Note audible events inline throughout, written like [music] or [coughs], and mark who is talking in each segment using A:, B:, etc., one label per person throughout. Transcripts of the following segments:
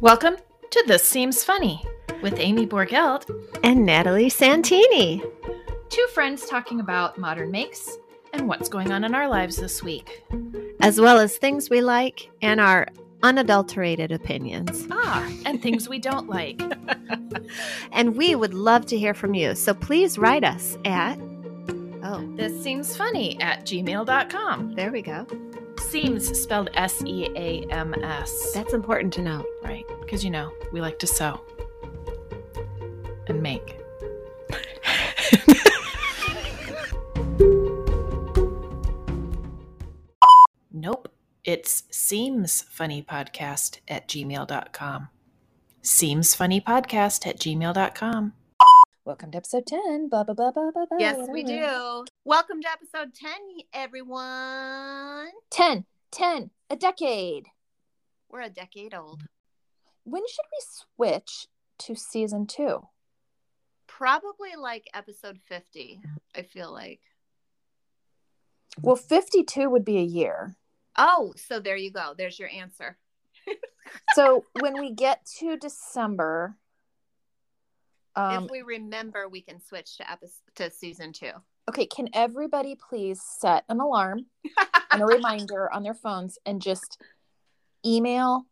A: Welcome to This Seems Funny with Amy Borgelt,
B: And Natalie Santini.
A: two friends talking about modern makes and what's going on in our lives this week.
B: as well as things we like and our unadulterated opinions.
A: Ah, and things we don't like.
B: And we would love to hear from you. So please write us at, oh,
A: This seems funny at gmail.com.
B: there we go.
A: Seems spelled S E A M S.
B: That's important to know.
A: Right, because you know, we like to sew and make. [laughs] nope. It's Seems Funny Podcast at gmail.com. Seems Funny Podcast at gmail.com.
C: Welcome to episode 10. Blah, blah, blah, blah, blah, blah.
D: Yes, we
C: whatever.
D: do. Welcome to episode 10, everyone.
C: 10, 10, a decade.
D: We're a decade old.
C: When should we switch to season two?
D: Probably like episode 50, I feel like.
C: Well, 52 would be a year.
D: Oh, so there you go. There's your answer.
C: So when we get to December, um,
D: if we remember, we can switch to episode to season two.
C: okay, can everybody please set an alarm
D: [laughs]
C: and a reminder on their phones and just email,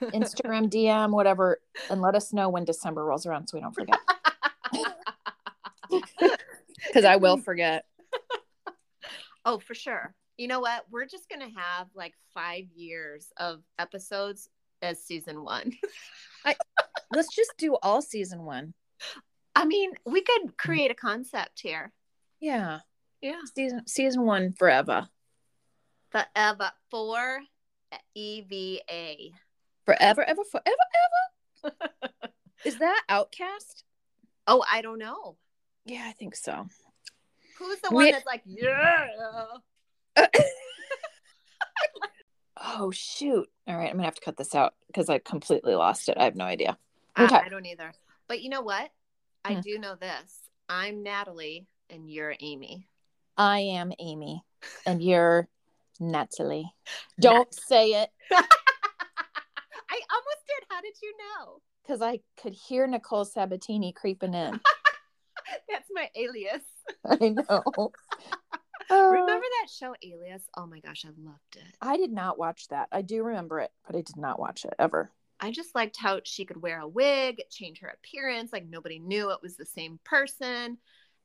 C: Instagram, DM, whatever, and let us know when December rolls around so we don't
D: [laughs]
C: forget? Because I will forget.
D: [laughs] oh, for sure. You know what? We're just going to have like five years of episodes as season one. [laughs]
C: Let's just do all season one.
D: I mean, we could create a concept here.
C: Yeah,
D: Yeah.
C: season season one forever,
D: The E EVA for EVA.
C: forever, ever, forever, ever.
D: [laughs]
C: Is that Outcast?
D: Oh, I don't know.
C: Yeah, I think so.
D: Who's the
C: We-
D: one that's like, yeah?
C: Oh shoot! All right, I'm gonna have to cut this out because I completely lost it. I have no idea.
D: I-
C: Okay.
D: I, don't either. But you know what? I
C: Hmm.
D: do know this. I'm Natalie and you're Amy. [laughs]
C: I am Amy, and you're [laughs] Natalie. Don't say it
D: I almost did. How did you know?
C: because I could hear Nicole Sabatini creeping in. [laughs]
D: [laughs] That's my alias.
C: I [laughs] know. Uh,
D: Remember that show, Alias? Oh my gosh, I loved it.
C: I did not watch that. I do remember it, but I did not watch it ever.
D: I just liked how she could wear a wig, change her appearance, like nobody knew it was the same person.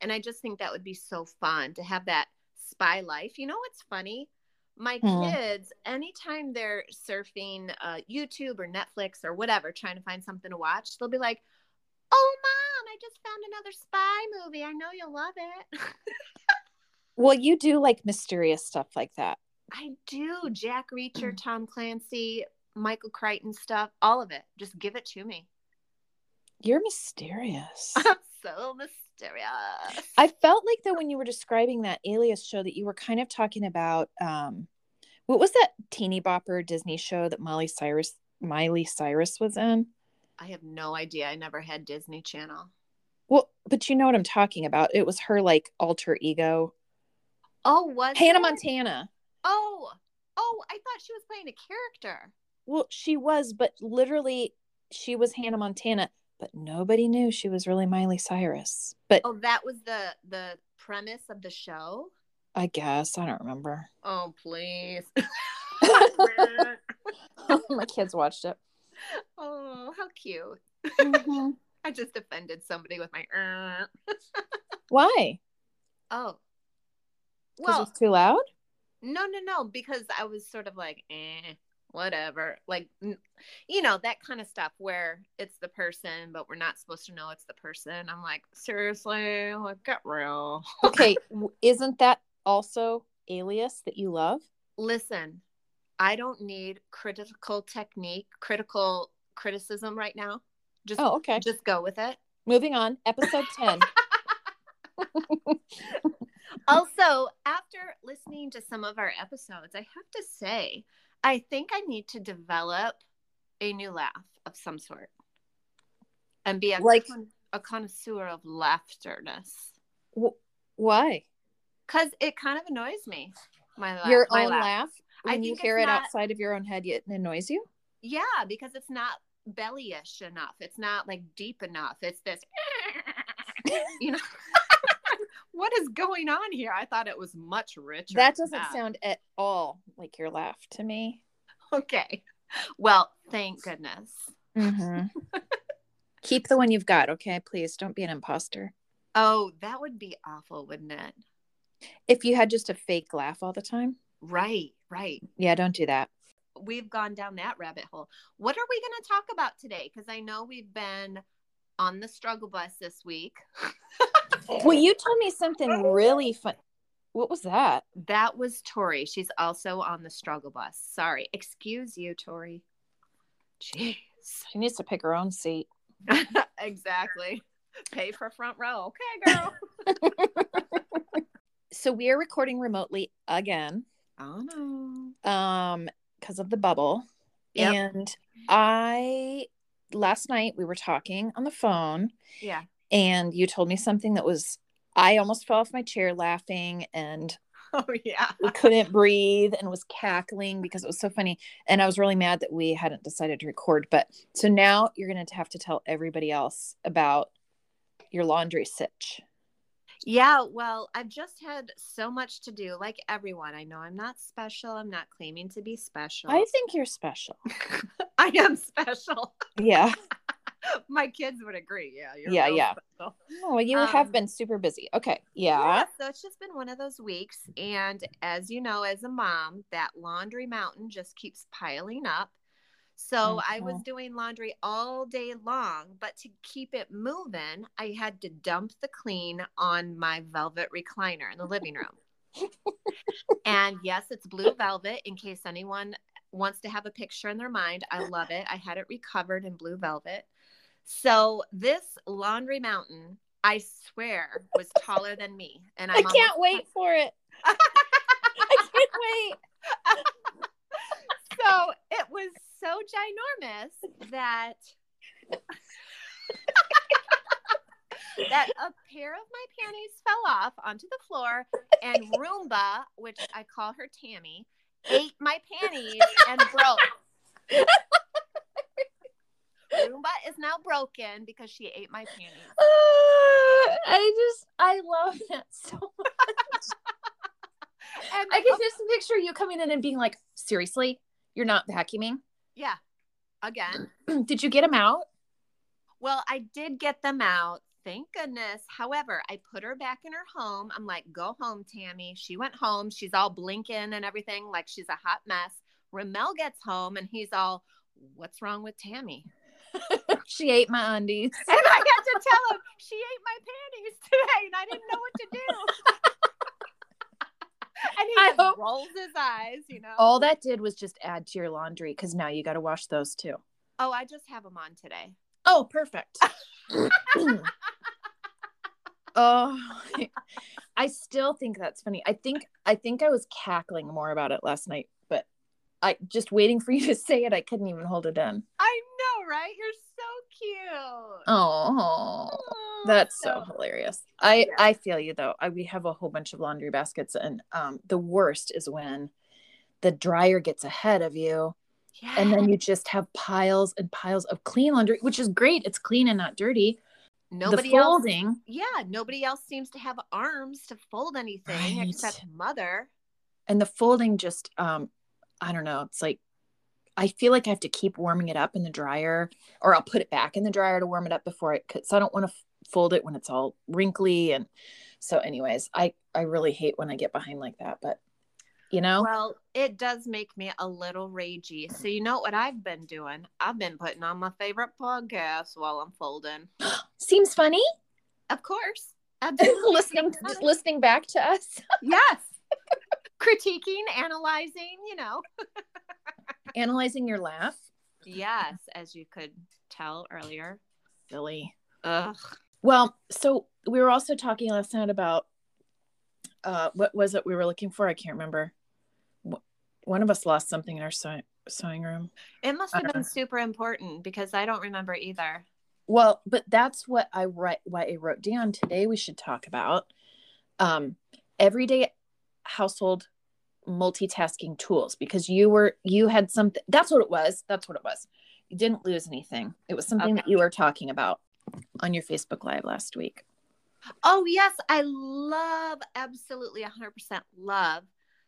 D: And I just think that would be so fun to have that spy life. You know what's funny? My
C: Hmm.
D: kids, anytime they're surfing uh, YouTube or Netflix or whatever, trying to find something to watch, they'll be like, Oh, mom, I just found another spy movie. I know you'll love it. [laughs]
C: Well, you do like mysterious stuff like that.
D: I do. Jack Reacher,
C: Mm.
D: Tom Clancy, Michael Crichton stuff, all of it. Just give it
C: [laughs]
D: to me.
C: You're [laughs] mysterious.
D: I'm so mysterious.
C: I felt like though when you were describing that alias show that you were kind of talking about um what was that teeny bopper Disney show that Molly Cyrus Miley Cyrus was in?
D: I have no idea. I never had Disney Channel.
C: Well, but you know what I'm talking about. It was her like alter ego.
D: Oh, was
C: Hannah
D: it?
C: Montana.
D: Oh, oh, I thought she was playing a character.
C: Well, she was, but literally she was Hannah Montana, but nobody knew she was really Miley Cyrus. But
D: Oh, that was the the premise of the show.
C: I guess I don't remember.
D: Oh, please.
C: [laughs]
D: [laughs]
C: My kids watched it.
D: oh, how cute.
C: Mm-hmm.
D: I just offended somebody with my. "Er."
C: Why?
D: Oh.
C: Because
D: Well,
C: it's too loud?
D: no, no, no, because I was sort of like, eh, whatever. Like, n- you know, that kind of stuff where it's the person, but we're not supposed to know it's the person. I'm like, seriously, like, get real. [laughs]
C: okay w- isn't that also alias that you love
D: listen i don't need critical technique critical criticism right now just
C: oh okay
D: just go with it
C: moving on episode [laughs] 10
D: also after listening to some of our episodes i have to say i think i need to develop a new laugh of some sort and be a,
C: Like-
D: con- a connoisseur of laughterness
C: w- why
D: because it kind of annoys me my, la-
C: your
D: my
C: own laugh
D: I
C: when you
D: think it's
C: hear it
D: not-
C: outside of your own head it annoys you
D: Yeah, because it's not bellyish enough. It's not like deep enough. It's this, [laughs] you know, [laughs] what is going on here? I thought it was much richer.
C: That
D: than
C: doesn't sound at all like your laugh to me.
D: [laughs] okay. Well, thank goodness.
C: Mm-hmm. [laughs] Keep the one you've got, okay? Please don't be an imposter.
D: Oh, that would be awful, wouldn't it?
C: If you had just a fake laugh all the time,
D: Right, right.
C: yeah, don't do that.
D: We've gone down that rabbit hole. What are we going to talk about today? Because I know we've been on the struggle bus this week.
C: Well, you told me something really fun. What was that?
D: That was Tori. She's also on the struggle bus. Sorry. Excuse you, Tori. Jeez. [laughs]
C: She needs to pick her own seat.
D: exactly. Pay for front row. Okay, girl.
C: So we are recording remotely again
D: oh no.
C: um because of the bubble.
D: Yep.
C: And I last night we were talking on the phone
D: Yeah.
C: and you told me something that was I almost fell off my chair laughing and
D: [laughs] Oh yeah.
C: we couldn't breathe and was cackling because it was so funny. And I was really mad that we hadn't decided to record. But so now you're going to have to tell everybody else about your laundry sitch.
D: Yeah, well, I've just had so much to do, like everyone. I know I'm not special. I'm not claiming to be special.
C: I think you're special.
D: [laughs] I am special. [laughs]
C: Yeah.
D: My kids would agree. Yeah, you're
C: Yeah,
D: real
C: yeah.
D: special.
C: Oh, well, you have
D: Um,
C: been super busy. Okay.
D: Yeah,
C: Yeah.
D: So it's just been one of those weeks. And as you know, as a mom, that laundry mountain just keeps piling up. So I was doing laundry all day long, but to keep it moving, I had to dump the clean on my velvet recliner in the living room. and yes, it's blue velvet in case anyone wants to have a picture in their mind. I love it. I had it recovered in blue velvet. So this laundry mountain, I swear, was taller than me. And I'm
C: I
D: almost-
C: can't wait for it. [laughs] I can't wait.
D: so it was so ginormous that [laughs] that a pair of my panties fell off onto the floor and Roomba, which I call her Tammy, ate my panties and broke. Roomba is now broken because she ate my panties.
C: Uh, I just, I love that so much.
D: And oh,
C: I can just picture you coming in and being like, seriously, you're not vacuuming?
D: yeah, again.
C: Did you get him out?
D: Well, I did get them out. Thank goodness. However, I put her back in her home. I'm like, go home, Tammy. She went home. She's all blinking and everything, like she's a hot mess. Ramel gets home and he's all, what's wrong with Tammy? [laughs]
C: She ate my undies.
D: And I had to tell him she ate my panties today and I didn't know what to do. [laughs] and he
C: I
D: just
C: hope-
D: rolls his eyes, you know.
C: All that did was just add to your laundry because now you got to wash those too.
D: oh, I just have him on today.
C: Oh,
D: [laughs]
C: perfect. oh, [laughs] I still think that's funny. I think I think I was cackling more about it last night, but I just waiting for you to say it. I couldn't even hold it in.
D: I know, right? You're so cute.
C: Oh,
D: Aw,
C: that's so hilarious. I
D: Yeah.
C: I feel you though. I we have a whole bunch of laundry baskets, and um, the worst is when the dryer gets ahead of you
D: Yeah.
C: and then you just have piles and piles of clean laundry, which is great. It's clean and not dirty.
D: nobody
C: the
D: else
C: folding,
D: yeah, nobody else seems to have arms to fold anything
C: Right.
D: except mother.
C: and the folding just, um, I don't know. It's like I feel like I have to keep warming it up in the dryer, or I'll put it back in the dryer to warm it up before it. Cause I don't want to f- fold it when it's all wrinkly. And so, anyways, I I really hate when I get behind like that. But you know,
D: Well, it does make me a little ragey. So you know what I've been doing? I've been putting on my favorite podcast while I'm folding.
C: seems [laughs] funny [laughs]
D: Of course. Absolutely.
C: listening listening back to us
D: yes. Critiquing, analyzing, you know.
C: analyzing your laugh.
D: Yes, as you could tell earlier.
C: Silly.
D: Ugh.
C: Well, so we were also talking last night about uh, what was it we were looking for? I can't remember. Wh- One of us lost something in our sew- sewing room.
D: It must have
C: Uh-uh.
D: been super important because I don't remember either.
C: Well, but that's what I write. Why I wrote down today. We should talk about um, everyday household multitasking tools because you were you had something. That's what it was. That's what it was. you didn't lose anything. It was something that you were talking about on your Facebook Live last week.
D: Oh, yes. I love, absolutely 100% love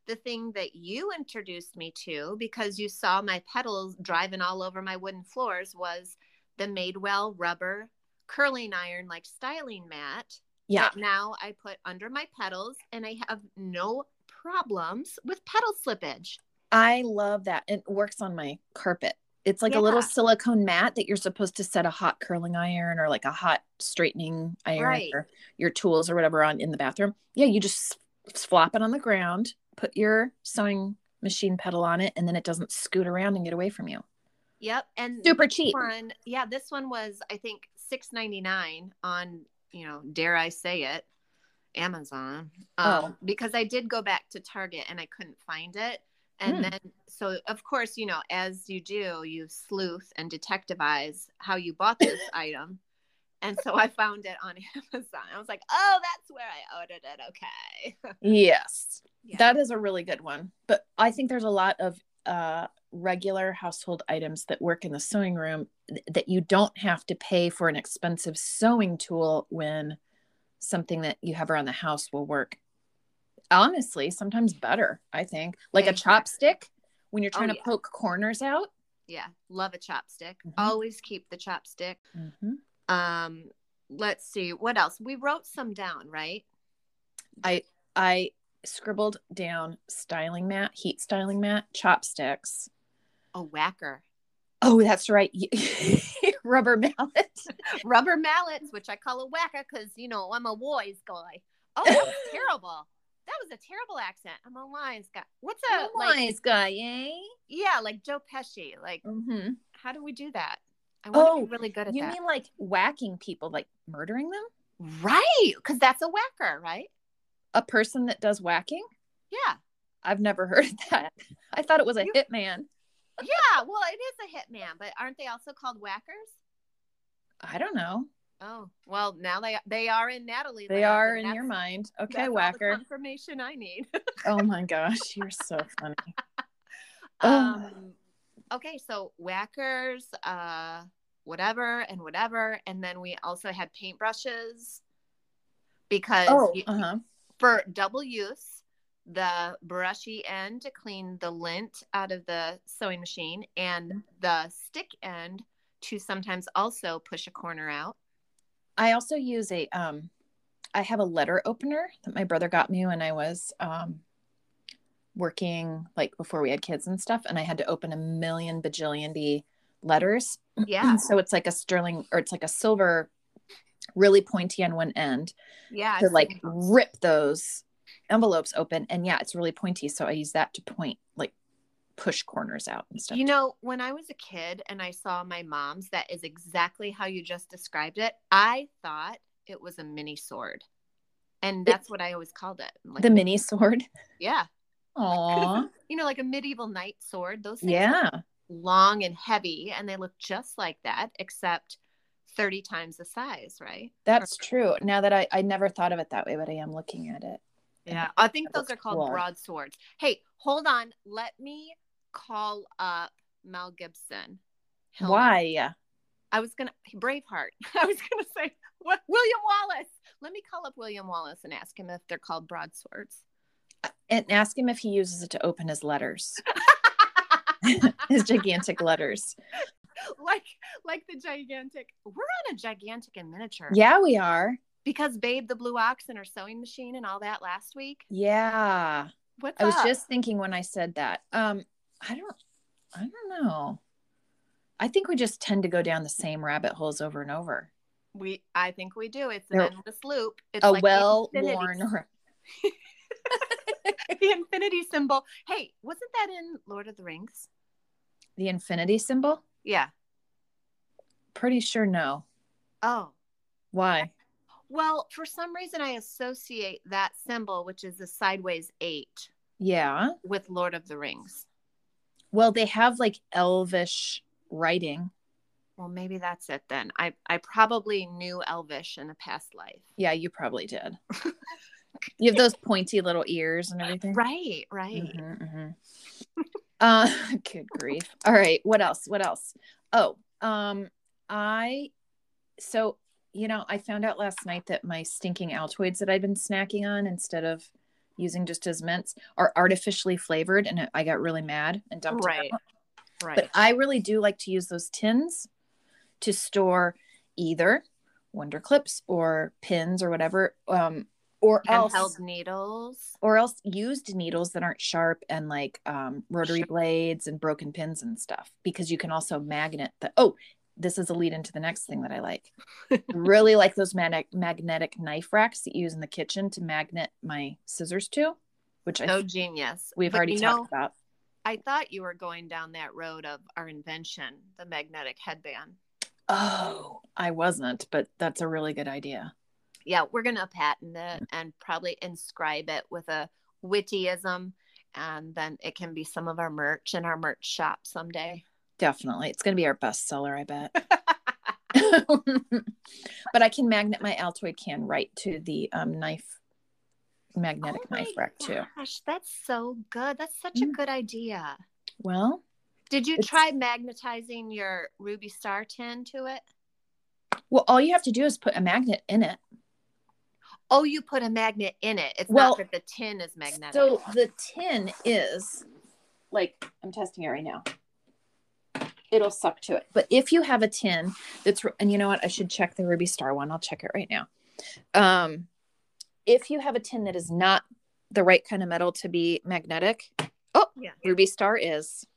D: the thing that you introduced me to because you saw my pedals driving all over my wooden floors was the Madewell rubber curling iron like styling mat.
C: Yeah.
D: That now I put under my pedals and I have no problems with pedal slippage.
C: I love that. It works on my carpet. It's like
D: Yeah.
C: a little silicone mat that you're supposed to set a hot curling iron or like a hot straightening iron
D: Right.
C: or your tools or whatever on in the bathroom. Yeah, you just s- flop it on the ground, put your sewing machine pedal on it, and then it doesn't scoot around and get away from you.
D: Yep. And
C: Super cheap.
D: one yeah this one was i think 6.99 on you know dare i say it amazon um,
C: Oh.
D: because i did go back to target and i couldn't find it and
C: Hmm.
D: then so of course you know as you do you sleuth and detectivize how you
C: [coughs]
D: bought this item and so i found it on [laughs] amazon i was like oh that's where i ordered it okay [laughs]
C: Yes.
D: Yeah.
C: That is a really good one. But I think there's a lot of uh, regular household items that work in the sewing room th- that you don't have to pay for an expensive sewing tool when something that you have around the house will work. Honestly, sometimes better, I think. Like a
D: Exactly.
C: chopstick when you're
D: Oh,
C: trying to
D: yeah.
C: poke corners out.
D: yeah love a chopstick
C: Mhm.
D: always keep the chopstick um let's see what else we wrote some down right
C: I scribbled down styling mat, heat styling mat, chopsticks.
D: a whacker
C: Oh, that's right. [laughs] Rubber mallet.
D: rubber mallets which i call a whacker because you know i'm a boys guy oh that was
C: [laughs]
D: terrible that was a terrible accent i'm a lions guy what's a like
C: guy, eh?
D: yeah like joe pesci like
C: Mm-hmm.
D: how do we do that i want to
C: Oh,
D: be really good at
C: You
D: that
C: mean like whacking people, like murdering them?
D: right because that's a whacker right
C: A person that does whacking?
D: yeah
C: I've never heard of that. [laughs] I thought it was a
D: You-
C: hitman.
D: yeah well it is a hitman but aren't they also called whackers
C: I don't know.
D: oh well now they they are in natalie
C: They
D: land,
C: are
D: and
C: in
D: that's-
C: your mind.
D: that's all
C: Okay,
D: the
C: whacker.
D: confirmation i need
C: oh my gosh, you're so
D: [laughs]
C: funny. Oh.
D: um okay so whackers uh whatever and whatever and then we also had paintbrushes because you-
C: uh-huh.
D: for double use the brushy end to clean the lint out of the sewing machine
C: Mm-hmm.
D: and the stick end to sometimes also push a corner out
C: I also use a um I have a letter opener that my brother got me when I was um working like before we had kids and stuff and I had to open a million bajillion B letters.
D: yeah
C: So it's like a sterling or it's like a silver really pointy on one end
D: yeah
C: to
D: I've
C: like
D: seen those.
C: rip those envelopes open and yeah, it's really pointy so I use that to point like push corners out and stuff.
D: You know, when I was a kid and I saw my mom's, that is exactly how you just described it. I thought it was a mini sword. And that's what I always called it. Like,
C: the mini sword.
D: [laughs] yeah.
C: Aw.
D: You know, like a medieval knight sword. Those things are
C: yeah.
D: long and heavy and they look just like that, except 30 times the size, right?
C: That's true. Now that I, I never thought of it that way, but I am looking at it.
D: Yeah. I think
C: That
D: those are
C: looks
D: called
C: cool.
D: broadswords. Hey, hold on. Let me call up Mel Gibson. He'll-
C: Why?
D: I was gonna Braveheart. [laughs] I was gonna say what, William Wallace. Let me call up William Wallace and ask him if they're called broadswords. [laughs]
C: And ask him if he uses it to open his
D: [laughs]
C: letters, [laughs] his gigantic letters.
D: like like the gigantic. We're on a gigantic in miniature.
C: Yeah, we are.
D: Because Babe the Blue Ox and her sewing machine and all that last week.
C: Yeah.
D: What's
C: I was
D: up?
C: just thinking when I said that. Um, I don't I don't know. I think we just tend to go down the same rabbit holes over and over.
D: we I think we do. It's an
C: They're-
D: endless loop. It's
C: a
D: like the
C: well
D: infinity-
C: worn
D: [laughs] the infinity symbol. Hey, wasn't that in Lord of the Rings?
C: [laughs] the infinity symbol?
D: Yeah.
C: Pretty sure no.
D: Oh. [laughs]
C: Why?
D: Well, for some reason I associate that symbol, which is the sideways eight,
C: Yeah.
D: with Lord of the Rings.
C: Well, they have like elvish writing.
D: Well, maybe that's it then. I, I probably knew Elvish in a past life.
C: Yeah, you probably
D: [laughs]
C: did. you have those pointy little ears and everything.
D: Right,
C: Mm-hmm.
D: right. [laughs]
C: [laughs] Mhm, mhm. uh, good grief. All right. What else? What else? Oh, um, I so you know I found out last night that my stinking Altoids that I've been snacking on instead of using just as mints are artificially flavored, and I got really mad and dumped them
D: Right.
C: out.
D: Right.
C: But I really do like to use those tins to store either Wonder Clips or pins or whatever, um, or else
D: Handheld needles.
C: or else used needles that aren't sharp and like um, rotary
D: Sure.
C: blades and broken pins and stuff because you can also magnet the oh this is a lead into the next thing that i like
D: [laughs]
C: I really like those mag- magnetic knife racks that you use in the kitchen to magnet my scissors to which i
D: Oh,
C: th-
D: genius.
C: we've
D: But
C: already
D: you
C: talked
D: know,
C: about
D: I thought you were going down that road of our invention, the magnetic headband.
C: oh i wasn't but that's a really good idea
D: Yeah, we're going to patent it
C: Mm-hmm.
D: and probably inscribe it with a wittyism. And then it can be some of our merch in our merch shop someday. [laughs]
C: definitely it's going to be our bestseller i bet [laughs] but i can magnet my altoid can right to the um, knife magnetic
D: Oh
C: knife
D: my
C: rack too
D: Gosh, that's so good. That's such a
C: Mm.
D: good idea.
C: Well,
D: Did you
C: It's-
D: try magnetizing your Ruby Star tin to it?
C: well, all you have to do is put a magnet in it.
D: Oh, you put a magnet in it. It's
C: Well,
D: not that the tin is magnetic.
C: So the tin is like I'm testing it right now. It'll suck to it. But if you have a tin that's and you know what, I should check the Ruby Star one. I'll check it right now. Um if you have a tin that is not the right kind of metal to be magnetic, oh,
D: Yeah.
C: Ruby Star is.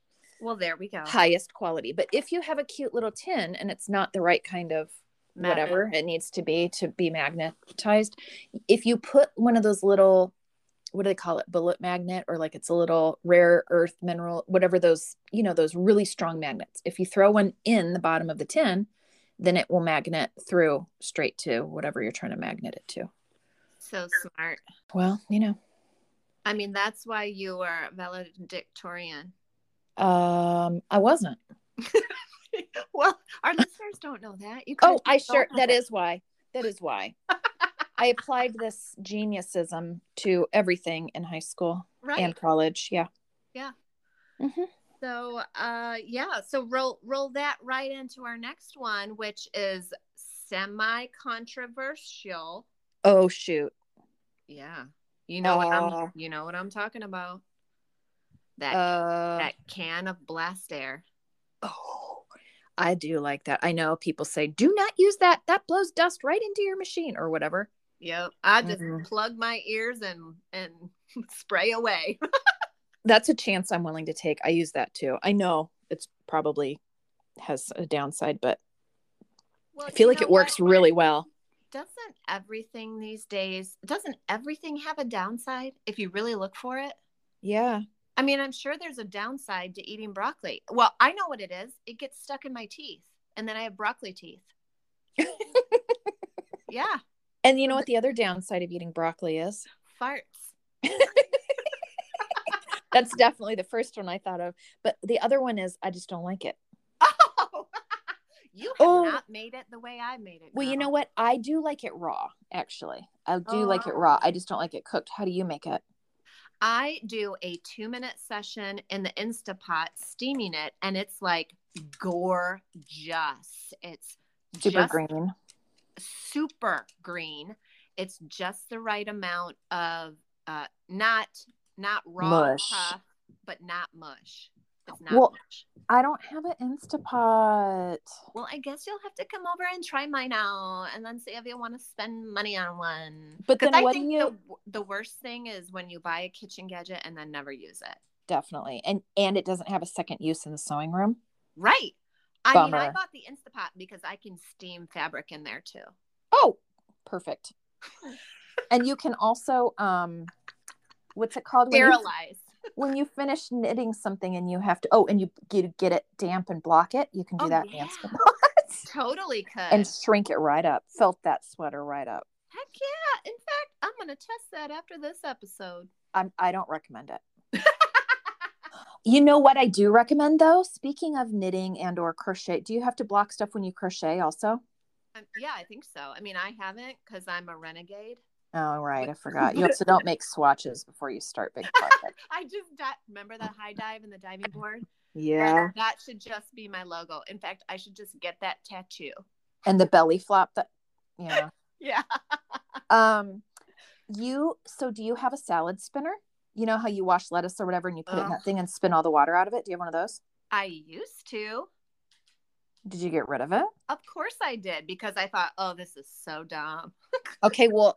D: well, there we go.
C: highest quality. But if you have a cute little tin and it's not the right kind of
D: Metal.
C: whatever it needs to be to be magnetized, if you put one of those little what do they call it bullet magnet or like it's a little rare earth mineral whatever those you know those really strong magnets if you throw one in the bottom of the tin then it will magnet through straight to whatever you're trying to magnet it to
D: So smart.
C: well you know
D: I mean, that's why you are valedictorian. [laughs]
C: um i wasn't
D: well, [laughs] our listeners don't know that. You
C: Oh,
D: could've
C: I
D: just
C: sure.
D: told
C: That
D: them.
C: is why. That is
D: [laughs]
C: why. I applied this geniusism to everything in high school
D: right.
C: and college. Yeah.
D: Yeah.
C: Mhm.
D: so, uh, yeah. So roll roll that right into our next one, which is semi controversial.
C: Oh shoot.
D: Yeah, you know what
C: Uh.
D: I'm. You know what I'm talking about. That
C: Uh,
D: that can of blast air.
C: oh, I do like that. I know people say, "Do not use that. That blows dust right into your machine or whatever."
D: Yep, I just
C: Mhm.
D: plug my ears and and [laughs] spray away. [laughs]
C: That's a chance I'm willing to take. I use that too. I know it's probably has a downside, but
D: Well,
C: I feel
D: you
C: like
D: know
C: it works
D: what?
C: really well.
D: doesn't everything these days doesn't everything have a downside if you really look for it [laughs]
C: Yeah.
D: i mean i'm sure there's a downside to eating broccoli well i know what it is it gets stuck in my teeth and then i have broccoli teeth yeah
C: And you know what the other downside of eating broccoli is?
D: farts
C: That's definitely the first one I thought of. But the other one is I just don't like it.
D: oh [laughs] you have
C: Oh.
D: not made it the way i made it
C: Well, you know
D: girl.
C: what? I do like it raw, actually. I do like
D: Oh.
C: it raw. I just don't like it cooked. How do you make it?
D: i do a two minute session in the instapot steaming it and it's like gorgeous it's
C: Super
D: just
C: green.
D: super green. It's just the right amount of uh, not not raw
C: Mush.
D: tough, but not mush. It's not
C: Well-
D: mush.
C: I don't have an Instapot.
D: Well, I guess you'll have to come over and try mine out, and then see if you want to spend money on one.
C: But
D: 'Cause
C: then
D: I
C: what do
D: think
C: you-
D: the, the worst thing is when you buy a kitchen gadget and then never use it.
C: Definitely. And and it doesn't have a second use in the sewing room.
D: Right. I mean, I
C: Bummer.
D: bought the Instapot because I can steam fabric in there too.
C: Oh, perfect. and you can also um what's it called? When you,
D: Sterilize.
C: when you finish knitting something and you have to oh, and you get, get it damp and block it, you can do
D: Oh,
C: that in
D: yeah.
C: [laughs] Instapot.
D: Totally could.
C: and shrink it right up. Felt that sweater right up.
D: Heck yeah. In fact, I'm going to test that after this episode.
C: I'm, I don't recommend it. you know what I do recommend though? Speaking of knitting and or crochet, do you have to block stuff when you crochet also?
D: Um, yeah, I think so. I mean, I haven't because I'm a renegade.
C: Oh right, I forgot. You also don't make swatches before you start big projects.
D: I just di- remember that high dive and the diving board.
C: Yeah.
D: That should just be my logo. In fact, I should just get that tattoo.
C: And the belly flop that yeah.
D: Yeah.
C: Um you so do you have a salad spinner? You know how you wash lettuce or whatever and you put it in
D: Ugh.
C: that thing and spin all the water out of it? Do you have one of those?
D: I used to.
C: Did you get rid of it?
D: Of course I did because I thought, oh, this is so dumb.
C: Okay, well,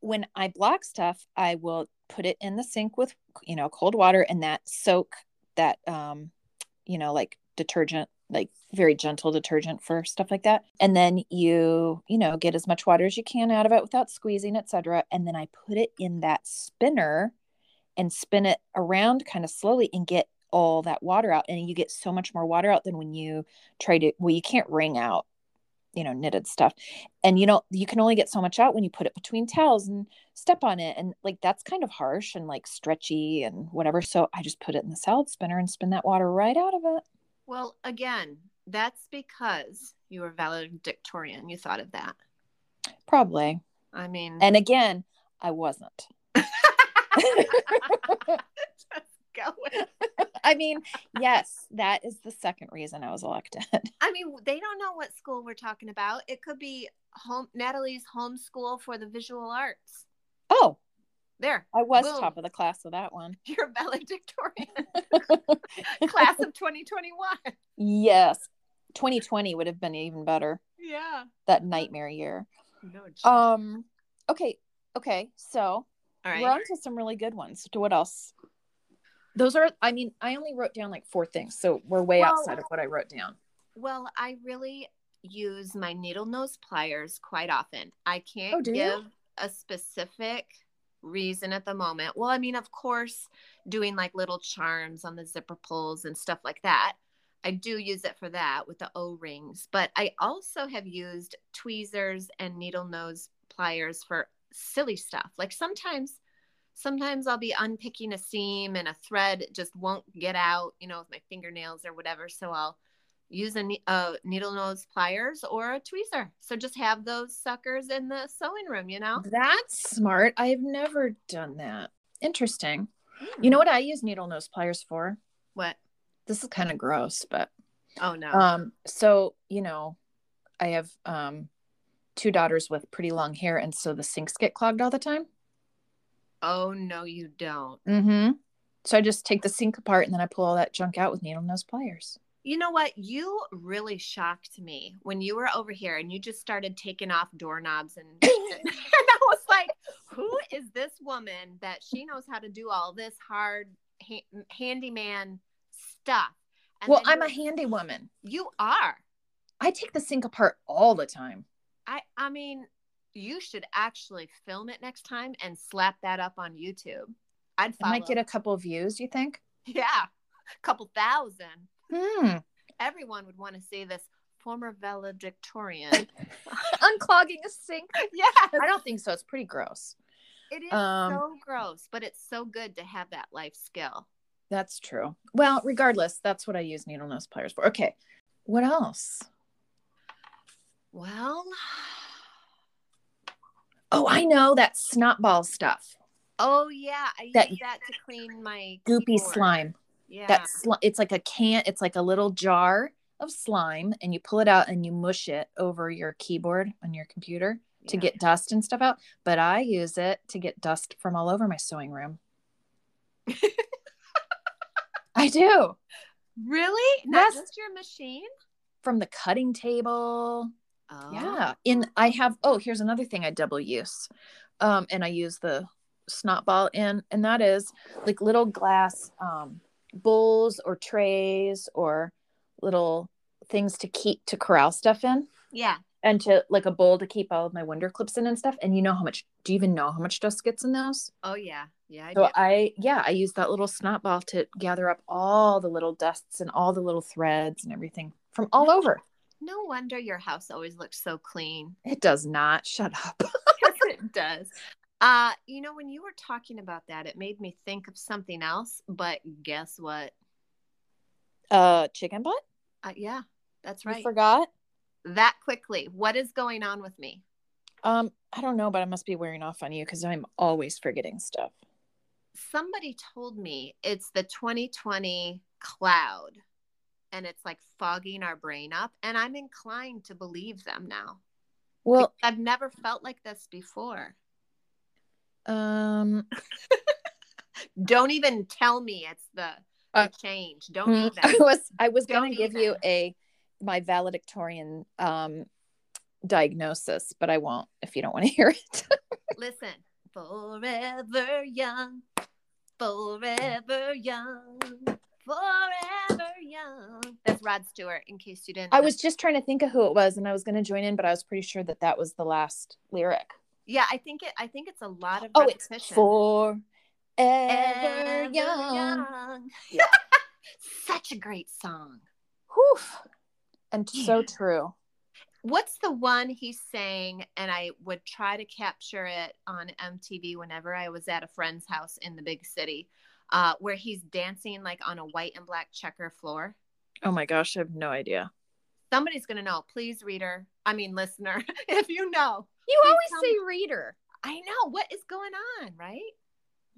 C: when I block stuff, I will put it in the sink with you know cold water and that soak that um you know like detergent like very gentle detergent for stuff like that and then you you know get as much water as you can out of it without squeezing etc and then i put it in that spinner and spin it around kind of slowly and get all that water out and you get so much more water out than when you try to well you can't wring out you know knitted stuff and you know you can only get so much out when you put it between towels and step on it and like that's kind of harsh and like stretchy and whatever so i just put it in the salad spinner and spin that water right out of it
D: Well, again, that's because you were valedictorian. You thought of that.
C: probably
D: I mean,
C: and [laughs] again i wasn't
D: [laughs] just go with it.
C: i mean yes that is the second reason i was elected [laughs]
D: I mean, they don't know what school we're talking about. It could be home Natalie's homeschool for the visual arts.
C: oh
D: There, [laughs]
C: i was
D: Boom.
C: top of the class with that
D: [laughs]
C: one
D: you're a valedictorian, class of 2021.
C: [laughs] yes 2020 would have been even better
D: Yeah.
C: that nightmare year
D: No. joke. All
C: um okay okay so
D: right.
C: We're on to some really good ones. To what else? Those are, I mean, I only wrote down like four things, so we're way
D: Well-
C: outside of what I wrote down.
D: Well, I really use my needle nose pliers quite often. I can't
C: Oh, do
D: give
C: you?
D: a specific reason at the moment. Well, I mean, of course, doing like little charms on the zipper pulls and stuff like that. I do use it for that with the O rings, but I also have used tweezers and needle nose pliers for silly stuff. Like sometimes, sometimes I'll be unpicking a seam and a thread just won't get out, you know, with my fingernails or whatever. So I'll use a, ne- a needle nose pliers or a tweezer. So just have those suckers in the sewing room, you know?
C: That's smart. I've never done that. Interesting. You know what I use needle nose pliers for?
D: What?
C: This is kind of gross, but
D: Oh no.
C: um, so you know, I have um two daughters with pretty long hair, and so the sinks get clogged all the time.
D: oh no, you don't.
C: Mm-hmm. So I just take the sink apart and then I pull all that junk out with needle nose pliers.
D: You know what? You really shocked me when you were over here and you just started taking off
C: [laughs]
D: doorknobs and [laughs] and I was like, who is this woman that she knows how to do all this hard ha- handyman stuff? And
C: well,
D: then
C: I'm a
D: you-
C: handy woman.
D: you are.
C: I take the sink apart all the time.
D: I I mean, you should actually film it next time and slap that up on YouTube. I'd
C: I
D: follow.
C: might get a couple of views, you think?
D: [laughs] yeah, couple thousand.
C: Hmm.
D: Everyone would want to see this former
C: [laughs]
D: valedictorian. [laughs]
C: Unclogging a sink.
D: yeah,
C: I don't think so. It's pretty gross.
D: it is
C: Um,
D: so gross, but it's so good to have that life skill.
C: That's true. Well, regardless, that's what I use needle nose pliers for. Okay. What else?
D: Well, [sighs]
C: Oh, I know that snot ball stuff.
D: oh yeah, I
C: That
D: use that to clean my
C: Goopy
D: keyboard.
C: slime.
D: Yeah,
C: That sli- it's like a can, it's like a little jar of slime and you pull it out and you mush it over your keyboard on your computer to
D: yeah.
C: get dust and stuff out, but I use it to get dust from all over my sewing [laughs] room. I do.
D: really not
C: Yes.
D: just your machine.
C: from the cutting table.
D: Oh,
C: Yeah. In I have oh, here's another thing I double use. Um and I use the snot ball in and that is like little glass um bowls or trays or little things to keep to corral stuff in
D: yeah.
C: and to like a bowl to keep all of my window clips in and stuff and you know how much do you even know how much dust gets in those
D: Oh yeah, yeah. I
C: so
D: do.
C: I yeah, I use that little snot ball to gather up all the little dusts and all the little threads and everything from all over.
D: No wonder your house always looks so clean. [laughs]
C: It does not shut up. [laughs]
D: Yes, it does. Uh, you know, when you were talking about that, it made me think of something else. But guess what?
C: Uh chicken butt?
D: Uh, yeah, that's
C: You
D: right.
C: forgot?
D: That quickly. What is going on with me?
C: Um, I don't know, but I must be wearing off on you because I'm always forgetting stuff.
D: Somebody told me it's the 2020 cloud and it's like fogging our brain up. And I'm inclined to believe them now.
C: Well,
D: I've never felt like this before.
C: um,
D: Don't even tell me it's the, the
C: Uh,
D: change. Don't
C: [laughs] I
D: even.
C: was I was going
D: Don't
C: to give
D: even.
C: you a my valedictorian um diagnosis, but I won't if you don't want to [laughs] hear it.
D: Listen, forever young, forever young, forever young. That's Rod Stewart, in case you didn't.
C: I
D: know.
C: was just trying to think of who it was, and I was going to join in, but I was pretty sure that that was the last lyric.
D: Yeah, I think it. I think it's a lot of.
C: Oh, it's
D: repetition.
C: for ever
D: Ever
C: young.
D: [laughs] young.
C: Yeah.
D: Such a great song.
C: Whew. And so true.
D: What's the one he sang? And I would try to capture it on MTV whenever I was at a friend's house in the big city, uh, where he's dancing like on a white and black checker floor.
C: Oh my gosh, I have no idea.
D: Somebody's gonna know. Please, reader. I mean, listener, [laughs] if you know.
C: You
D: Please
C: always
D: tell
C: say reader.
D: I know what is going on, right?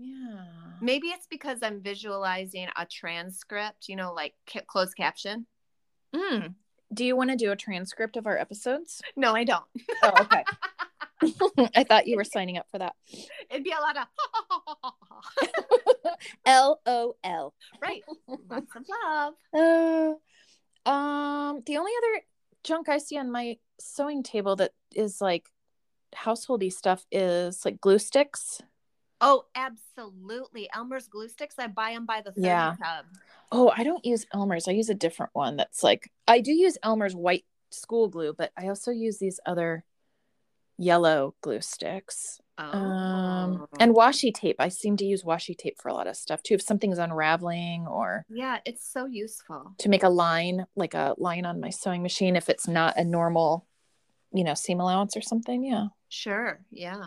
C: Yeah.
D: Maybe it's because I'm visualizing a transcript, you know, like ca- closed caption. Hmm.
C: Mm. Do you want to do a transcript of our [laughs] episodes?
D: No, I don't.
C: Oh, okay. [laughs] I thought you were signing up for that.
D: It'd be a lot of
C: [laughs] L O L.
D: right. Lots of love.
C: Um, the only other junk I see on my sewing table that is like householdy stuff is like glue sticks.
D: Oh, absolutely. Elmer's glue sticks. I buy them by the 30
C: Yeah.
D: tub.
C: Oh, I don't use Elmer's. I use a different one that's like I do use Elmer's white school glue, but I also use these other yellow glue sticks. Um,
D: Oh.
C: and washi tape. I seem to use washi tape for a lot of stuff too. If something's unraveling or
D: yeah, it's so useful.
C: to make a line, like a line on my sewing machine, if it's not a normal, you know, seam allowance or something. Yeah.
D: Sure. Yeah.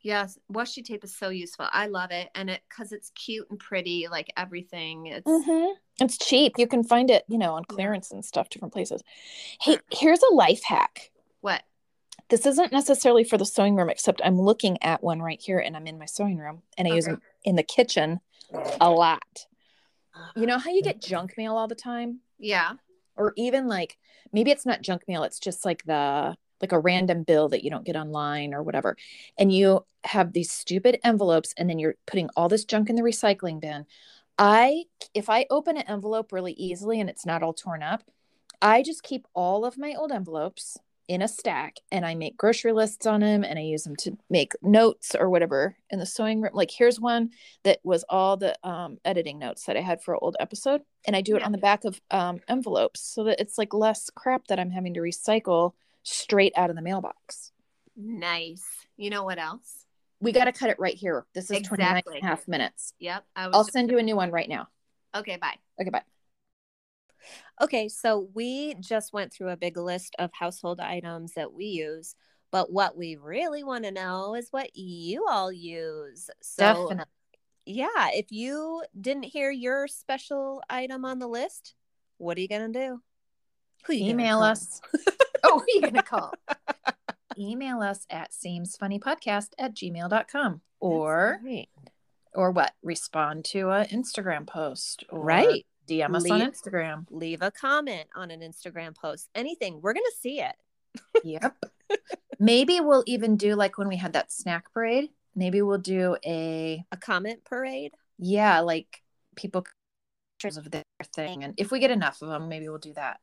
D: Yes, washi tape is so useful. I love it, and it because it's cute and pretty, like everything. It's
C: Mm-hmm. It's cheap. You can find it, you know, on clearance and stuff, different places. Hey, here's a life hack.
D: what
C: This isn't necessarily for the sewing room, except I'm looking at one right here and I'm in my sewing room and I use
D: Okay.
C: them in the kitchen a lot. You know how you get junk mail all the time?
D: Yeah.
C: or even like maybe it's not junk mail it's just like the like a random bill that you don't get online or whatever and you have these stupid envelopes and then you're putting all this junk in the recycling bin i if i open an envelope really easily and it's not all torn up i just keep all of my old envelopes in a stack and i make grocery lists on them and i use them to make notes or whatever in the sewing room like here's one that was all the um, editing notes that i had for an old episode and i do it
D: Yeah.
C: on the back of um, envelopes so that it's like less crap that i'm having to recycle straight out of the mailbox
D: Nice. You know what else?
C: we got to cut it right here this is 29
D: Exactly.
C: and a half minutes
D: Yep. I was
C: i'll
D: just-
C: send you a new one right now
D: Okay, bye.
C: okay bye
D: Okay, so we just went through a big list of household items that we use, but what we really want to know is what you all use. So,
C: Definitely.
D: yeah, if you didn't hear your special item on the list, what are you going to do? Who you gonna
A: Email
C: [laughs]
D: call?
A: us.
C: oh who are you gonna
D: [laughs]
C: call
A: [laughs] Email us at seemsfunnypodcast at gmail.com or
D: Right.
A: or what? Respond to a Instagram post or
D: Right.
A: DM us on
D: Leave-
C: [laughs]
A: Instagram.
D: Leave a comment on an Instagram post, anything. We're going to see it.
A: Yep. maybe we'll even do like when we had that snack parade. Maybe we'll do a
D: A comment parade.
A: yeah, like people pictures of their thing, and if we get enough of them, maybe we'll do that.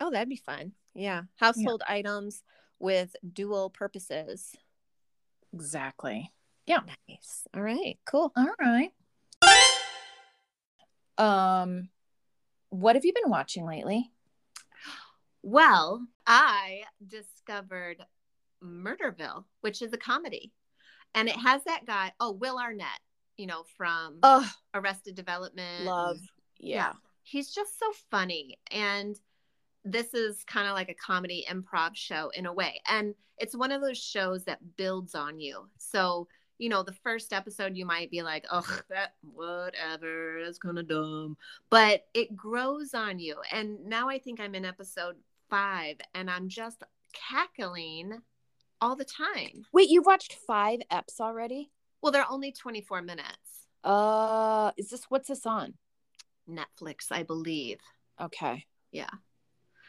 D: Oh, that'd be fun. Yeah. Household items with dual purposes.
A: Exactly.
D: Nice. All right. Cool.
A: All right.
C: um what have you been watching lately
D: Well, I discovered Murderville, which is a comedy. And it has that guy, oh, Will Arnett, you know, from
C: oh
D: Arrested Development.
C: love yeah.
D: He's just so funny. And this is kind of like a comedy improv show in a way. And it's one of those shows that builds on you. So, you know, the first episode, you might be like, oh, that, whatever, that's kind of dumb. But it grows on you. And now I think I'm in episode five and I'm just cackling all the time.
C: Wait, you've watched five eps already?
D: Well, they're only 24 minutes.
C: Uh, is this what's this on?
D: Netflix, I believe.
C: Okay.
D: Yeah.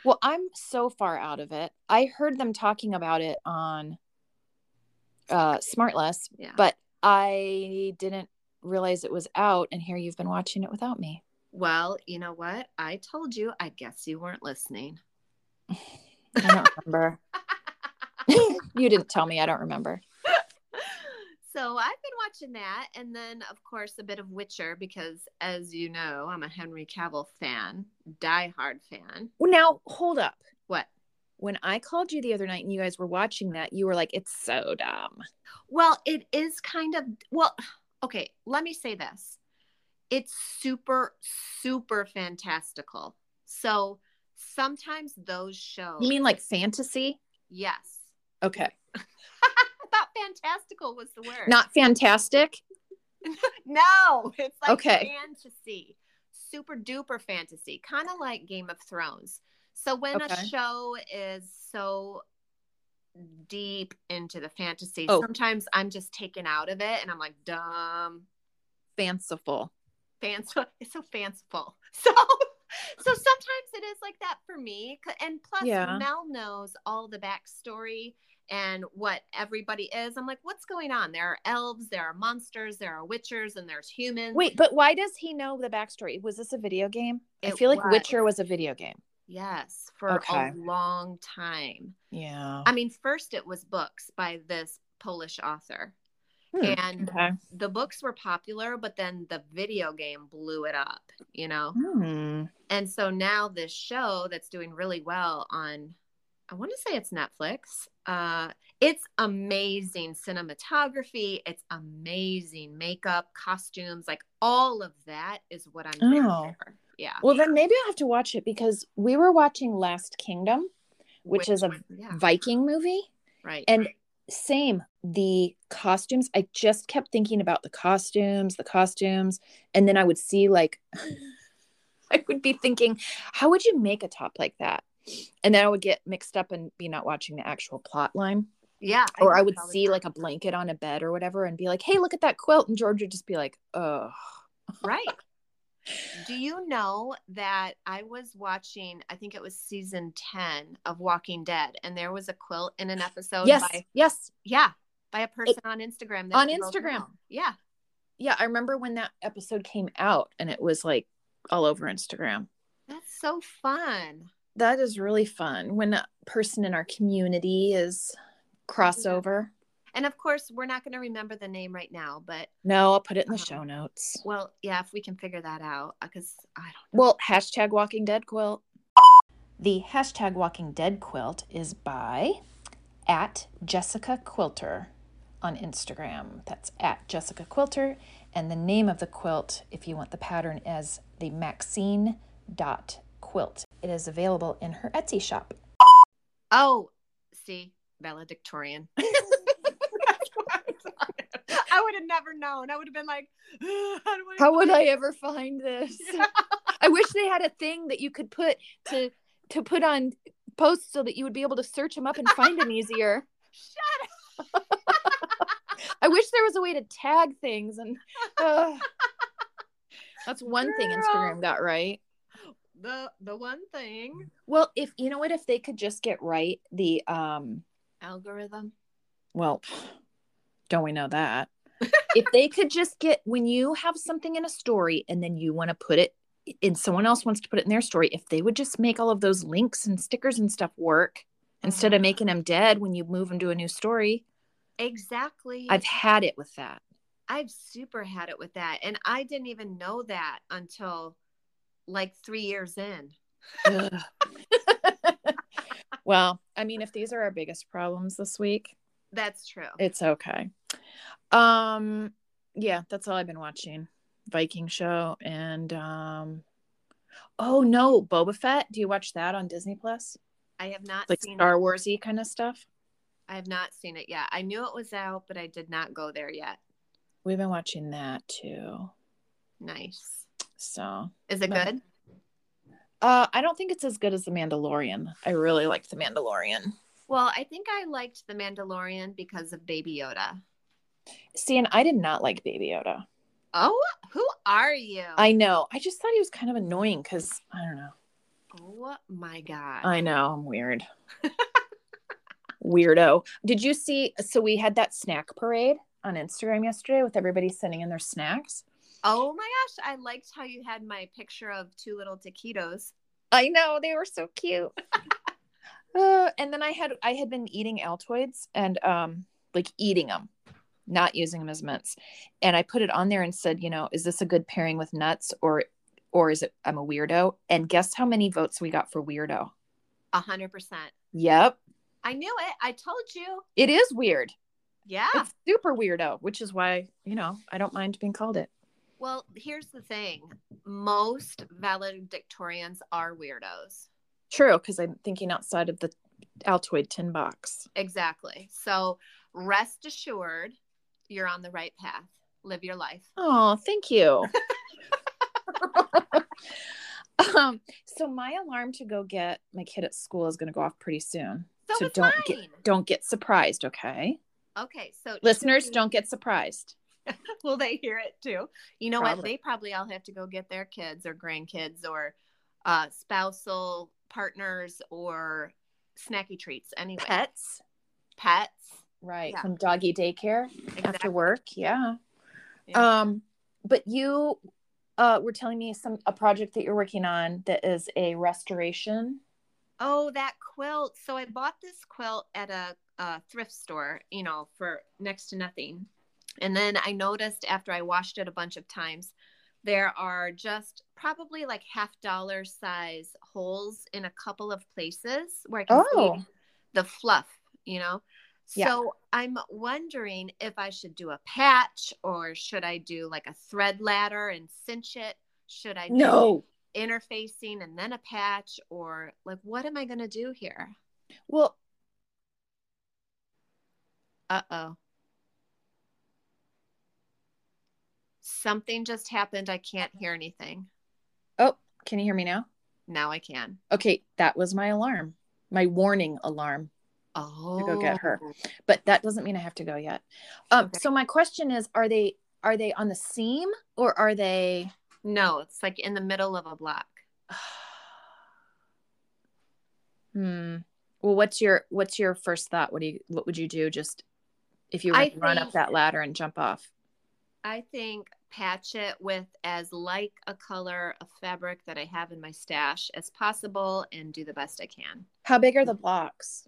C: Well, I'm so far out of it. I heard them talking about it on uh Smartless,
D: Yeah.
C: but I didn't realize it was out and here you've been watching it without me.
D: Well, you know what? I told you. I guess you weren't listening. [laughs]
C: I [laughs] don't remember. you didn't tell me, I don't remember.
D: so I've been watching that, and then of course a bit of Witcher because, as you know, I'm a Henry Cavill fan, diehard fan.
C: Now, hold up.
D: What?
C: When I called you the other night and you guys were watching that, you were like, it's so dumb.
D: Well, it is kind of well. Okay, let me say this. It's super, super fantastical. So sometimes those shows.
C: You mean like fantasy?
D: yes? [laughs]
C: Okay.
D: I thought fantastical was the word.
C: Not fantastic?
D: No, [laughs] it's like
C: Okay.
D: fantasy, super duper fantasy, kind of like Game of Thrones. So when
C: Okay.
D: a show is so deep into the fantasy,
C: Oh.
D: sometimes I'm just taken out of it, and I'm like, dumb,
C: Fanciful.
D: fanciful. [laughs] It's so fanciful. [laughs] So, so sometimes it is like that for me. C- And plus,
C: Yeah.
D: Mel knows all the backstory and what everybody is. I'm like, what's going on? There are elves, there are monsters, there are witchers, and there's humans.
C: Wait, but why does he know the backstory? Was this a video game? I
D: It
C: feel like
D: was.
C: Witcher was a video game.
D: Yes, for
C: Okay.
D: a long time.
C: Yeah.
D: I mean, first it was books by this Polish author.
C: Hmm,
D: And
C: Okay.
D: the books were popular, but then the video game blew it up, you know?
C: Hmm.
D: And so now this show that's doing really well on, I want to say it's Netflix. Uh, it's amazing cinematography. It's amazing makeup, costumes, like all of that is what I'm there
C: Oh.
D: for. Yeah.
C: Well, then maybe I have to watch it because we were watching Last Kingdom, which is a
D: yeah,
C: Viking movie.
D: right.
C: And same, the costumes, I just kept thinking about the costumes, the costumes. And then I would see, like, [laughs] I would be thinking, how would you make a top like that? And then I would get mixed up and be not watching the actual plot line.
D: yeah.
C: or I
D: know
C: would
D: how it
C: see like a blanket on a bed or whatever and be like, hey, look at that quilt. And George would just be like, oh,
D: Right. Do you know that I was watching, I think it was season 10 of Walking Dead, and there was a quilt in an episode
C: yes,
D: by,
C: yes.
D: yeah, by a person on Instagram. that
C: on
D: you both
C: Instagram.
D: know. Yeah.
C: Yeah, I remember when that episode came out and it was like all over Instagram.
D: That's so fun.
C: That is really fun when a person in our community is crossover.
D: And of course, we're not going to remember the name right now, but
C: No, I'll put it in the
D: Uh-huh.
C: show notes.
D: well, yeah, if we can figure that out, because I don't
C: Well, hashtag Walking Dead quilt. The hashtag Walking Dead quilt is by at Jessica Quilter on Instagram. That's at Jessica Quilter. And the name of the quilt, if you want the pattern, is the Maxine dot quilt. It is available in her Etsy shop.
D: Oh, see, valedictorian. [laughs] That's what I was- I would have never known. I would have been like, [sighs] I don't wanna
C: How
D: do
C: would
D: this."
C: I
D: [laughs]
C: ever find this? I wish they had a thing that you could put to to put on posts so that you would be able to search them up and find them easier.
D: [laughs] Shut up.
C: [laughs] I wish there was a way to tag things
D: [laughs]
C: and ugh. that's one thing Instagram got right.
D: The the one thing
C: Well, if you know what, if they could just get right the um
D: algorithm.
C: well, don't we know that? if they could just get when you have something in a story and then you want to put it and someone else wants to put it in their story, if they would just make all of those links and stickers and stuff work instead of making them dead when you move them to a new story.
D: Exactly.
C: I've had it with that.
D: I've super had it with that. And I didn't even know that until like three years in.
C: Ugh. [laughs] well, I mean, if these are our biggest problems this week,
D: That's true.
C: it's okay. Um, yeah, that's all I've been watching. Viking show and um oh no, Boba Fett. Do you watch that on Disney Plus?
D: I have not
C: Like
D: seen
C: Star
D: it.
C: Warsy kind of stuff.
D: I have not seen it yet. I knew it was out, but I did not go there yet.
C: We've been watching that too.
D: Nice.
C: So
D: Is it
C: But-
D: good?
C: uh I don't think it's as good as The Mandalorian. I really like The Mandalorian.
D: Well, I think I liked The Mandalorian because of Baby Yoda.
C: See, and I did not like Baby Yoda.
D: Oh, who are you?
C: I know. I just thought he was kind of annoying because I don't know.
D: oh my god.
C: I know. I'm weird. [laughs] Weirdo. Did you see? So we had that snack parade on Instagram yesterday with everybody sending in their snacks.
D: oh my gosh, I liked how you had my picture of two little taquitos.
C: I know they were so cute. [laughs] uh, and then I had I had been eating Altoids and um like eating them, not using them as mints. And I put it on there and said, you know, is this a good pairing with nuts or or is it I'm a weirdo? And guess how many votes we got for weirdo?
D: A hundred percent.
C: Yep,
D: I knew it. I told you.
C: it is weird.
D: Yeah.
C: It's super weirdo, which is why you know I don't mind being called it.
D: Well, here's the thing. Most valedictorians are weirdos.
C: True, because I'm thinking outside of the Altoid tin box.
D: Exactly. So rest assured, you're on the right path. Live your life.
C: Oh, thank you. [laughs] um, so my alarm to go get my kid at school is going to go off pretty soon.
D: So,
C: So
D: it's
C: don't
D: mine.
C: get- Don't get surprised, okay?
D: okay. So
C: Listeners,
D: Tubi-
C: don't get surprised.
D: will they hear it too? You know what?
C: Probably.
D: They probably all have to go get their kids or grandkids or uh, spousal partners or snacky treats anyway.
C: Pets,
D: Pets.
C: right?
D: Yeah.
C: From doggy daycare after
D: Exactly.
C: work, yeah.
D: Yeah.
C: Um, but you uh were telling me some a project that you're working on that is a restoration.
D: Oh, that quilt. So I bought this quilt at a, a thrift store, you know, for next to nothing. And then I noticed after I washed it a bunch of times, there are just probably like half dollar size holes in a couple of places where I can
C: Oh.
D: see the fluff, you know.
C: Yeah.
D: So I'm wondering if I should do a patch or should I do like a thread ladder and cinch it? Should I do interfacing and then a patch or like what am i going to do here
C: Well,
D: uh-oh something just happened i can't hear anything
C: oh, can you hear me now?
D: now i can
C: Okay, that was my alarm. My warning alarm.
D: oh
C: go get her. but that doesn't mean I have to go yet. Um,
D: Okay.
C: So my question is, are they are they on the seam or are they? [sighs]
D: no it's like in the middle of a block
C: hmm. Well, what's your what's your first thought? What do you what would you do just if you
D: I
C: like, run up
D: think-
C: that ladder and jump off?
D: i think patch it with as like a color of fabric that i have in my stash as possible and do the best i can
C: How big are the blocks?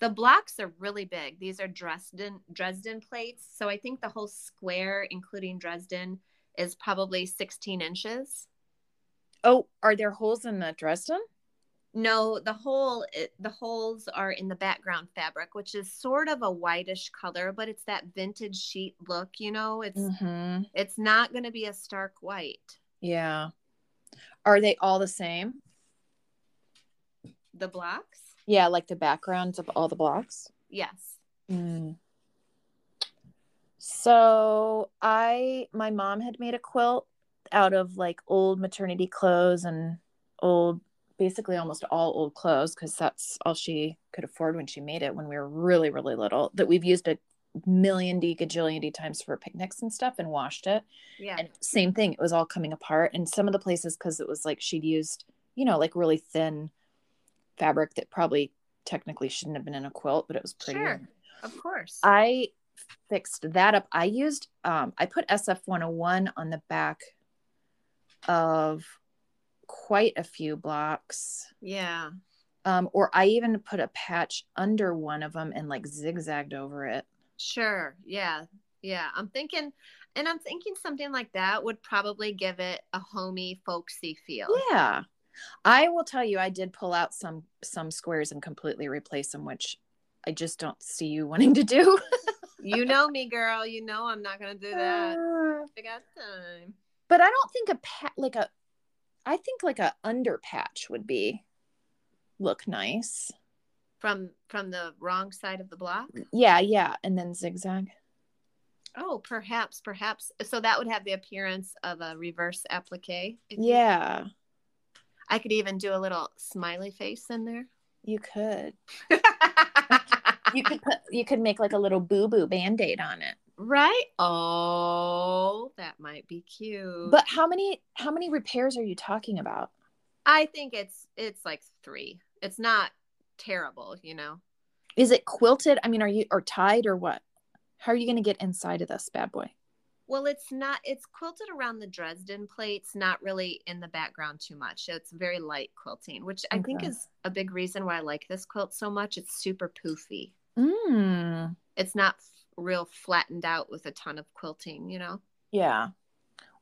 D: The blocks are really big. These are Dresden Dresden plates, so I think the whole square, including Dresden, is probably 16 inches.
C: Oh, are there holes in the Dresden?
D: No, the whole it, the holes are in the background fabric, which is sort of a whitish color, but it's that vintage sheet look. You know, it's
C: Mm-hmm.
D: it's not going to be a stark white.
C: Yeah. Are they all the same?
D: The blocks,
C: Yeah, like the backgrounds of all the blocks.
D: yes.
C: Mm. So I my mom had made a quilt out of like old maternity clothes and old basically almost all old clothes because that's all she could afford when she made it when we were really really little that we've used a million d gajillion d times for picnics and stuff and washed it
D: Yeah.
C: and same thing it was all coming apart and some of the places because it was like she'd used you know like really thin fabric that probably technically shouldn't have been in a quilt but it was pretty
D: Sure.
C: and
D: of course.
C: I fixed that up. I used um I put SF 101 on the back of quite a few blocks.
D: yeah.
C: Um or I even put a patch under one of them and like zigzagged over it.
D: Sure. Yeah. Yeah. I'm thinking, and I'm thinking something like that would probably give it a homey, folksy feel.
C: Yeah. I will tell you I did pull out some some squares and completely replace them which I just don't see you [laughs] wanting to do.
D: You know me, girl. You know I'm not going to do that. I got
C: Ah.
D: time.
C: but I don't think a pat like a I think like a under patch would be look nice.
D: From from the wrong side of the block.
C: Yeah, yeah, and then zigzag.
D: Oh, perhaps, perhaps. So that would have the appearance of a reverse applique. if you-
C: Yeah,
D: I could even do a little smiley face in there.
C: you
D: [laughs]
C: could. You could put. You could make like a little boo boo band aid on it.
D: Right? Oh, that might be cute.
C: But how many how many repairs are you talking about?
D: I think it's it's like three. It's not terrible, you know.
C: Is it quilted? I mean, are you or tied or what? How are you going to get inside of this bad boy?
D: Well, it's not. It's quilted around the Dresden plates, not really in the background too much. So It's very light quilting, which I think
C: Okay.
D: is a big reason why I like this quilt so much. It's super poofy.
C: Mm.
D: It's not f- real flattened out with a ton of quilting, you know.
C: Yeah.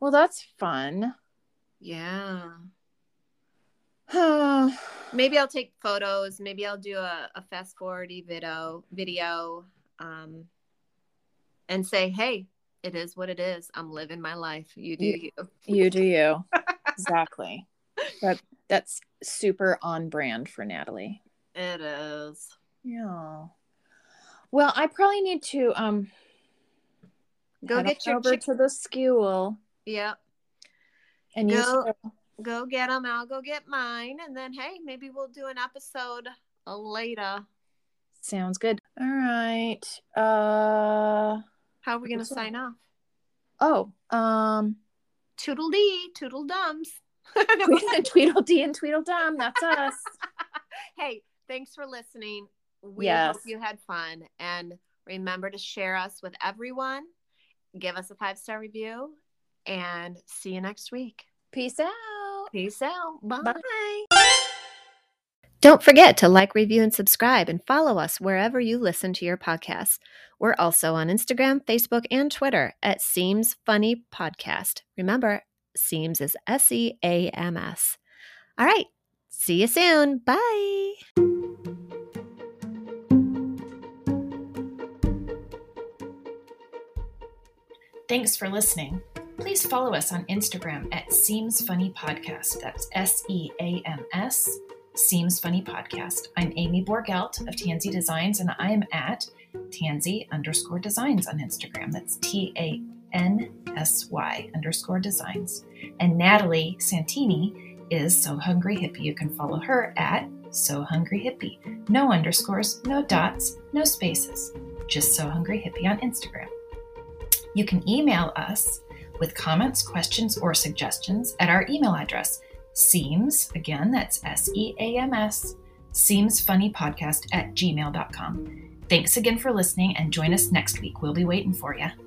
C: Well, that's fun. [sighs]
D: Yeah.
C: Maybe.
D: Maybe I'll take photos. Maybe I'll do a, a fast forwardy video video, um, and say, "Hey, it is what it is. I'm living my life. You do
C: Yeah.
D: you."
C: You do
D: [laughs]
C: you. exactly. That that's super on brand for Natalie.
D: It is.
C: Yeah. Well, I probably need to um
D: Go
C: head
D: get
C: on
D: your
C: over
D: chick-
C: to the school
D: Yep.
C: and you
D: Go-
C: start-
D: go get them. I'll go get mine. And then, hey, maybe we'll do an episode uh, later.
C: sounds good. All right. Uh
D: How are we going to
C: Okay.
D: sign off?
C: oh,
D: [laughs]
C: um
D: Toodle-dee, toodle-dums. [laughs]
C: Tweedledee and Tweedledum, that's us.
D: [laughs] hey, thanks for listening. We
C: Yes.
D: hope you had fun. And remember to share us with everyone. Give us a five-star review. And see you next week.
C: Peace out.
D: Peace out. Bye.
B: Don't forget to like, review, and subscribe, and follow us wherever you listen to your podcasts. We're also on Instagram, Facebook, and Twitter at Seems Funny Podcast. Remember, Seems is S E A M S. All right, see you soon. Bye.
E: Thanks for listening. Please follow us on Instagram at Seems Funny Podcast. That's S E A M S, Seems Funny Podcast. I'm Amy Borgelt of Tansy Designs, and I'm at Tansy underscore designs on Instagram. That's T A N S Y underscore designs. And Natalie Santini is So Hungry Hippie. You can follow her at So Hungry Hippie. No underscores, no dots, no spaces. Just So Hungry Hippie on Instagram. You can email us with comments, questions, or suggestions at our email address, seems, again, that's S E A M S, seemsfunnypodcast at gmail.com. Thanks again for listening and join us next week. We'll be waiting for you.